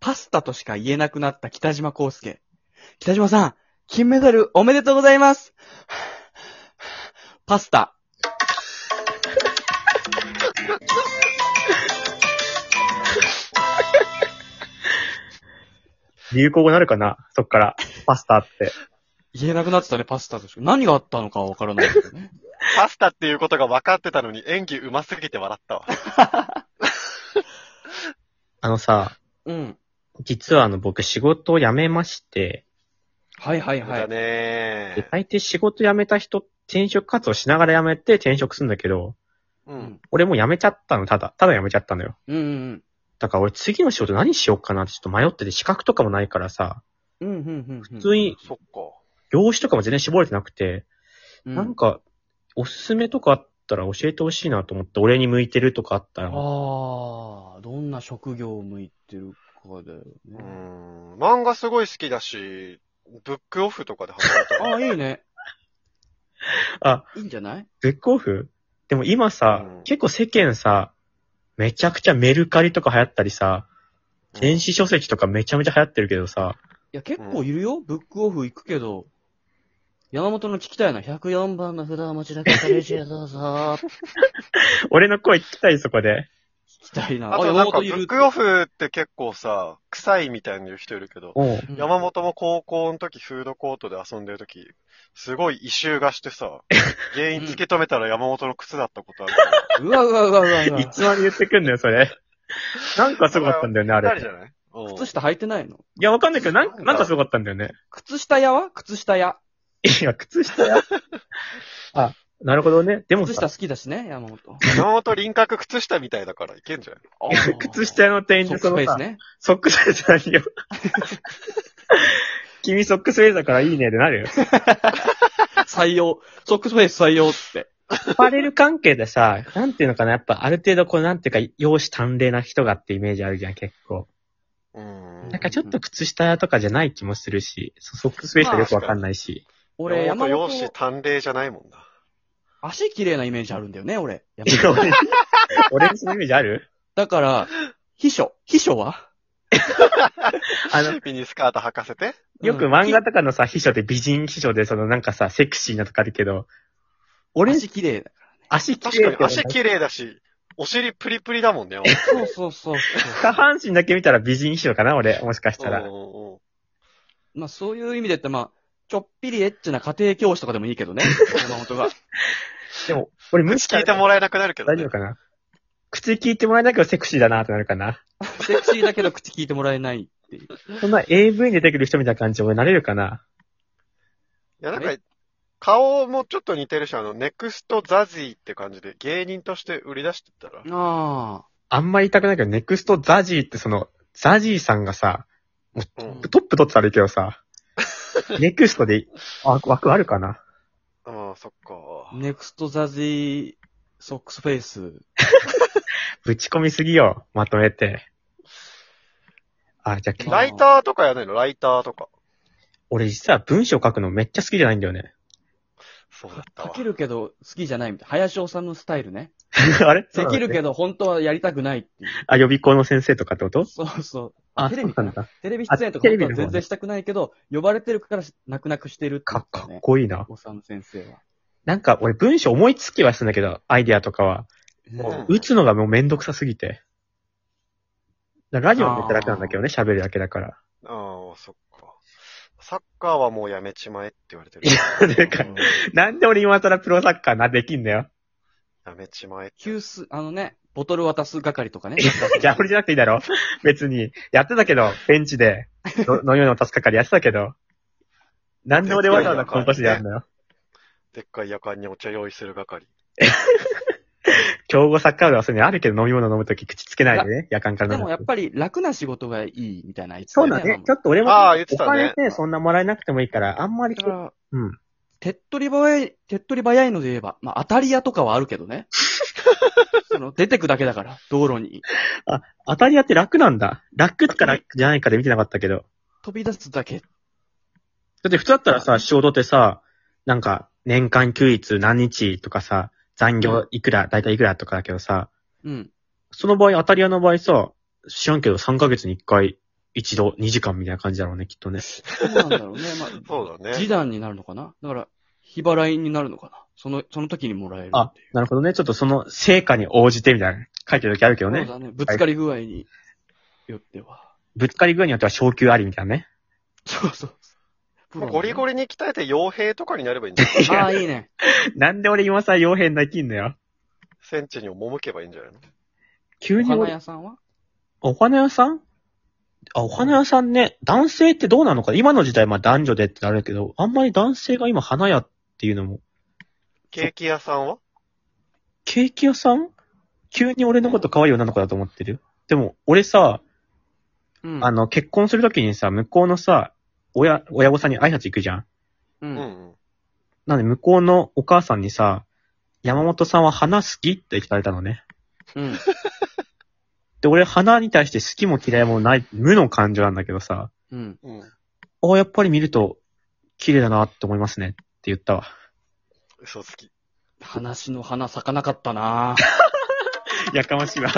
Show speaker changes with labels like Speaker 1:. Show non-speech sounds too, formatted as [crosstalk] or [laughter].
Speaker 1: パスタとしか言えなくなった北島康介。北島さん、金メダルおめでとうございますパスタ。
Speaker 2: 流行語なるかな [laughs] そっから。パスタって。
Speaker 1: 言えなくなってたね、パスタとしか。何があったのかはわからないけどね。
Speaker 3: パスタっていうことが分かってたのに演技上手すぎて笑ったわ。
Speaker 2: あのさ、
Speaker 1: [laughs] うん。
Speaker 2: 実はあの僕仕事を辞めまして、
Speaker 1: はいはい
Speaker 3: そうだ
Speaker 1: はい。
Speaker 2: で
Speaker 3: ね
Speaker 2: 大抵仕事辞めた人、転職活動しながら辞めて転職するんだけど、
Speaker 3: うん。
Speaker 2: 俺もう辞めちゃったの、ただ、ただ辞めちゃったのよ。
Speaker 1: うんうん
Speaker 2: だから俺次の仕事何しようかなってちょっと迷ってて資格とかもないからさ、
Speaker 1: うん。うんうんうんうん。
Speaker 2: 普通に
Speaker 3: そっか。
Speaker 2: 業種とかも全然絞れてなくて、
Speaker 1: うん
Speaker 2: なんか、おすすめとかあったら教えてほしいなと思って、俺に向いてるとかあったら。
Speaker 1: ああ、どんな職業を向いてるかだよ
Speaker 3: う
Speaker 1: ね。
Speaker 3: ん。漫画すごい好きだし、ブックオフとかで働いた
Speaker 1: ああ、いいね。
Speaker 2: あ、
Speaker 1: いいんじゃない
Speaker 2: ブックオフでも今さ、
Speaker 3: うん
Speaker 2: 結構世間さ、めちゃくちゃメルカリとか流行ったりさ、電子書籍とかめちゃめちゃ流行ってるけどさ、
Speaker 1: いや、結構いるよ。ブックオフ行くけど。山本の聞きたいな。104番の札をお持ちだけカレーシェアどうぞ。聞
Speaker 2: 俺の声聞きたいそこで。
Speaker 1: きたいな。
Speaker 3: あとなんか、
Speaker 1: 山
Speaker 3: ブ
Speaker 1: 本いる
Speaker 3: ックオフって結構さ、臭いみたいに言う人いるけど、
Speaker 1: う
Speaker 2: おう
Speaker 1: ん
Speaker 3: 山本も高校の時、フードコートで遊んでる時、すごい異臭がし
Speaker 1: [laughs]
Speaker 3: てさ、原因突き止めたら山本の靴だったことある。
Speaker 1: うわうわうわうわうわ
Speaker 2: い。つまで言ってくんのよ、そ [laughs] れ。なんかすごかったんだよね、あ
Speaker 3: 誰
Speaker 2: れ。
Speaker 3: じゃないうん
Speaker 1: 靴下履いてないの
Speaker 2: いや、わかんないけど、なんかなんかすごかったんだよね。
Speaker 1: 靴下屋は靴下屋。
Speaker 2: いや、靴下や。 [laughs] あ、なるほどね。でも
Speaker 1: 靴下
Speaker 2: さ、
Speaker 1: 好きだしね、山本。
Speaker 3: 山本輪郭靴下みたいだからいけんじゃない
Speaker 2: [laughs] 靴下屋の店員
Speaker 1: ソ
Speaker 2: で
Speaker 1: ック
Speaker 2: そ
Speaker 1: スフ
Speaker 2: の
Speaker 1: ェイス
Speaker 2: さ、
Speaker 1: ね。
Speaker 2: ソックスフェイス何よ。 [laughs] 君ソックスフェイスだからいいねってなるよ。
Speaker 1: 採用。ソックスフェイス採用って。
Speaker 2: アパレル関係でさ、なんていうのかな、やっぱある程度こうなんていうか、容姿端麗な人がってイメージあるじゃん、結構。
Speaker 3: うん
Speaker 2: なんかちょっと靴下屋とかじゃない気もするし、そうソックスフェイスはよくわかんないし。
Speaker 1: 俺、
Speaker 3: 山
Speaker 1: 山
Speaker 3: 本容
Speaker 1: 本
Speaker 3: 姿、端麗じゃないもんな。足
Speaker 1: 足綺麗なイメージあるんだよね、俺。山
Speaker 2: い
Speaker 1: 本
Speaker 2: や俺 [laughs] 俺にそのイメージある
Speaker 1: だから、秘書。秘書は
Speaker 2: あの、
Speaker 3: ミニスカート履かせて。
Speaker 2: よく漫画とかのさ、秘書で美人秘書で、そのなんかさ、セクシーなとかあるけど、
Speaker 1: 俺
Speaker 2: 俺、
Speaker 1: 足綺麗だ。
Speaker 2: 足綺
Speaker 3: 確か
Speaker 2: 麗だ
Speaker 3: に
Speaker 2: よね
Speaker 3: 足綺麗だし、お尻プリプリだもんね。
Speaker 1: そうそうそうそ
Speaker 2: 下半身だけ見たら美人秘書かな、俺。もしかした
Speaker 3: う
Speaker 2: ら。
Speaker 3: んうんうん
Speaker 1: う。まあそういう意味で言ったら、まあ、ちょっぴりエッチな家庭教師とかでもいいけど [laughs] ね。山本が。
Speaker 2: でも、俺無視
Speaker 3: 口聞いてもらえなくなるけど
Speaker 2: 大丈
Speaker 3: ね
Speaker 2: 夫。かな口聞いてもらえないけどセクシーだなってなるかな。
Speaker 1: セクシーだけど口聞いてもらえないっていう。
Speaker 2: そんな AV に出てくる人みたいな感じ、俺なれるかな。
Speaker 3: いや、なんか、顔もちょっと似てるし、あの、ネクストザジーって感じで芸人として売り出してったら。
Speaker 1: あ
Speaker 2: あんまり言いたくないけど、ネクストザジーってその、ザジーさんがさ、
Speaker 3: うん
Speaker 2: トップ取ってたらいいけどさ、ネクストで、あ、枠あるかな
Speaker 3: ああ、そっ
Speaker 1: あ。
Speaker 3: か。
Speaker 1: ネクストザジーソックスフェイス。
Speaker 2: ぶち込みすぎよ、まとめて。あ、じゃあけ
Speaker 1: まあ
Speaker 3: ライターとかやないのライターとか。
Speaker 2: 俺実は文章書くのめっちゃ好きじゃないんだよね。
Speaker 3: そうだった
Speaker 1: 書
Speaker 3: わ。
Speaker 1: けるけど好きじゃないみたいな。林修スタイルね。
Speaker 2: あれ
Speaker 1: できる
Speaker 2: ど。
Speaker 1: けど本当はやりたくないっていう。
Speaker 2: あ、予備校の先生とかってこと
Speaker 1: そうそう。
Speaker 2: あ、
Speaker 1: テレ
Speaker 2: そう
Speaker 1: ビ
Speaker 2: なんだ。
Speaker 1: テレビ出演と
Speaker 2: あ
Speaker 1: か
Speaker 2: テレ
Speaker 1: 本
Speaker 2: ビ
Speaker 1: 当は
Speaker 2: の方ね
Speaker 1: 全然したくないけど、呼ばれてるから泣く泣くしてるって
Speaker 2: か
Speaker 1: 言
Speaker 2: って
Speaker 1: た
Speaker 2: かっ
Speaker 1: ね。
Speaker 2: こいいな。
Speaker 1: おさむ先生は。
Speaker 2: なんか俺文章思いつきはするんだけど、アイディアとかは。
Speaker 3: うん
Speaker 2: 打つのがもうめんどくさすぎて。だからラジオめっちゃ楽なんだけどね、喋るだけだから。
Speaker 3: ああ、そっか。サッカーはもうやめちまえって言われてる。
Speaker 2: やでかい
Speaker 3: うん
Speaker 2: なんで俺今更プロサッカーな、できんだよ。
Speaker 3: やめちまえって。
Speaker 1: 急須、あのね、ボトル渡す係とかね。
Speaker 2: じゃあ俺じゃなくていいだろ別に。やってたけど、ベンチで、の飲み物助かかりやってたけど。なんで俺わざわざこの年でやるのよ。
Speaker 3: でっかい夜間にお茶用意する係。
Speaker 2: 競合サッカー部はそういうのあるけど飲み物飲むとき口つけないでね、夜間から
Speaker 1: で
Speaker 2: 飲む
Speaker 1: もやっぱり楽な仕事がいいみたいな言ってた
Speaker 2: そ
Speaker 1: よ
Speaker 2: う
Speaker 1: ね
Speaker 2: だね。ち
Speaker 1: マ
Speaker 2: ょっと俺も、
Speaker 3: ああ言って
Speaker 2: お
Speaker 3: たね
Speaker 2: 金ね、そんなもらえなくてもいいから、あんまり
Speaker 1: マだ、から、
Speaker 2: うん。
Speaker 1: 手っ取り早い、手っ取り早いので言えば、まあ当たり屋とかはあるけどね。その、出てくだけだから、道路に。
Speaker 2: 当たり屋って楽なんだ。楽か楽じゃないかで見てなかったけど。
Speaker 1: 飛び出すだけ。
Speaker 2: だって普通だったらさ、仕事ってさ、なんか、年間休日何日とかさ、残業いくら、だいたいいくらとかだけどさ、
Speaker 1: うん。
Speaker 2: その場合、当たり屋の場合さ、知らんけど3ヶ月に1回一度2時間みたいな感じだろうね、き
Speaker 1: [laughs]
Speaker 2: っとね。
Speaker 1: どうなんだろうね。ま
Speaker 3: そう
Speaker 1: あ、
Speaker 3: だ
Speaker 1: 示
Speaker 3: ね。
Speaker 1: 談になるのかなだから、日払いになるのかなその、その時にもらえる
Speaker 2: あ
Speaker 1: っていう。、
Speaker 2: なるほどね。ちょっとその成果に応じてみたいな書いてる時あるけど
Speaker 1: そう
Speaker 2: ね。
Speaker 1: だね。ぶつかり具合によっては。
Speaker 2: ぶつかり具合によっては昇級ありみたいなね。 [laughs]
Speaker 1: そうそうそう。
Speaker 3: ゴリゴ
Speaker 1: リ。
Speaker 3: リに鍛えて傭兵とかになればいいんじゃない
Speaker 1: [laughs] ああ、いいね。
Speaker 2: なんで俺今さ、傭兵になきんのよ。
Speaker 3: 戦地に赴けばいいんじゃないの
Speaker 1: お
Speaker 2: 急に
Speaker 1: 花
Speaker 2: 俺
Speaker 1: 屋さんは
Speaker 2: お花屋さんあ、お花屋さんね、男性ってどうなのか今の時代、まあ男女でってなるけど、あんまり男性が今花屋っていうのも、
Speaker 3: ケーキ屋さんは
Speaker 2: ケーキ屋さん急に俺のこと可愛い女の子だと思ってるでも、俺さ、
Speaker 1: うん。
Speaker 2: あの、結婚するときにさ、向こうのさ、親、親御さんに挨拶行くじゃん。
Speaker 1: う
Speaker 3: うん
Speaker 1: ん。
Speaker 3: うん。
Speaker 2: なんで、向こうのお母さんにさ、山本さんは花好きって聞かれたのね。
Speaker 1: うん。
Speaker 2: で、俺、花に対して好きも嫌いもない、無の感情なんだけどさ、
Speaker 1: うん。
Speaker 3: うん。
Speaker 2: あやっぱり見ると、綺麗だなって思いますねって言ったわ。
Speaker 3: 嘘つき。
Speaker 1: 話の花咲かなかったなぁ。
Speaker 2: やかましいわ。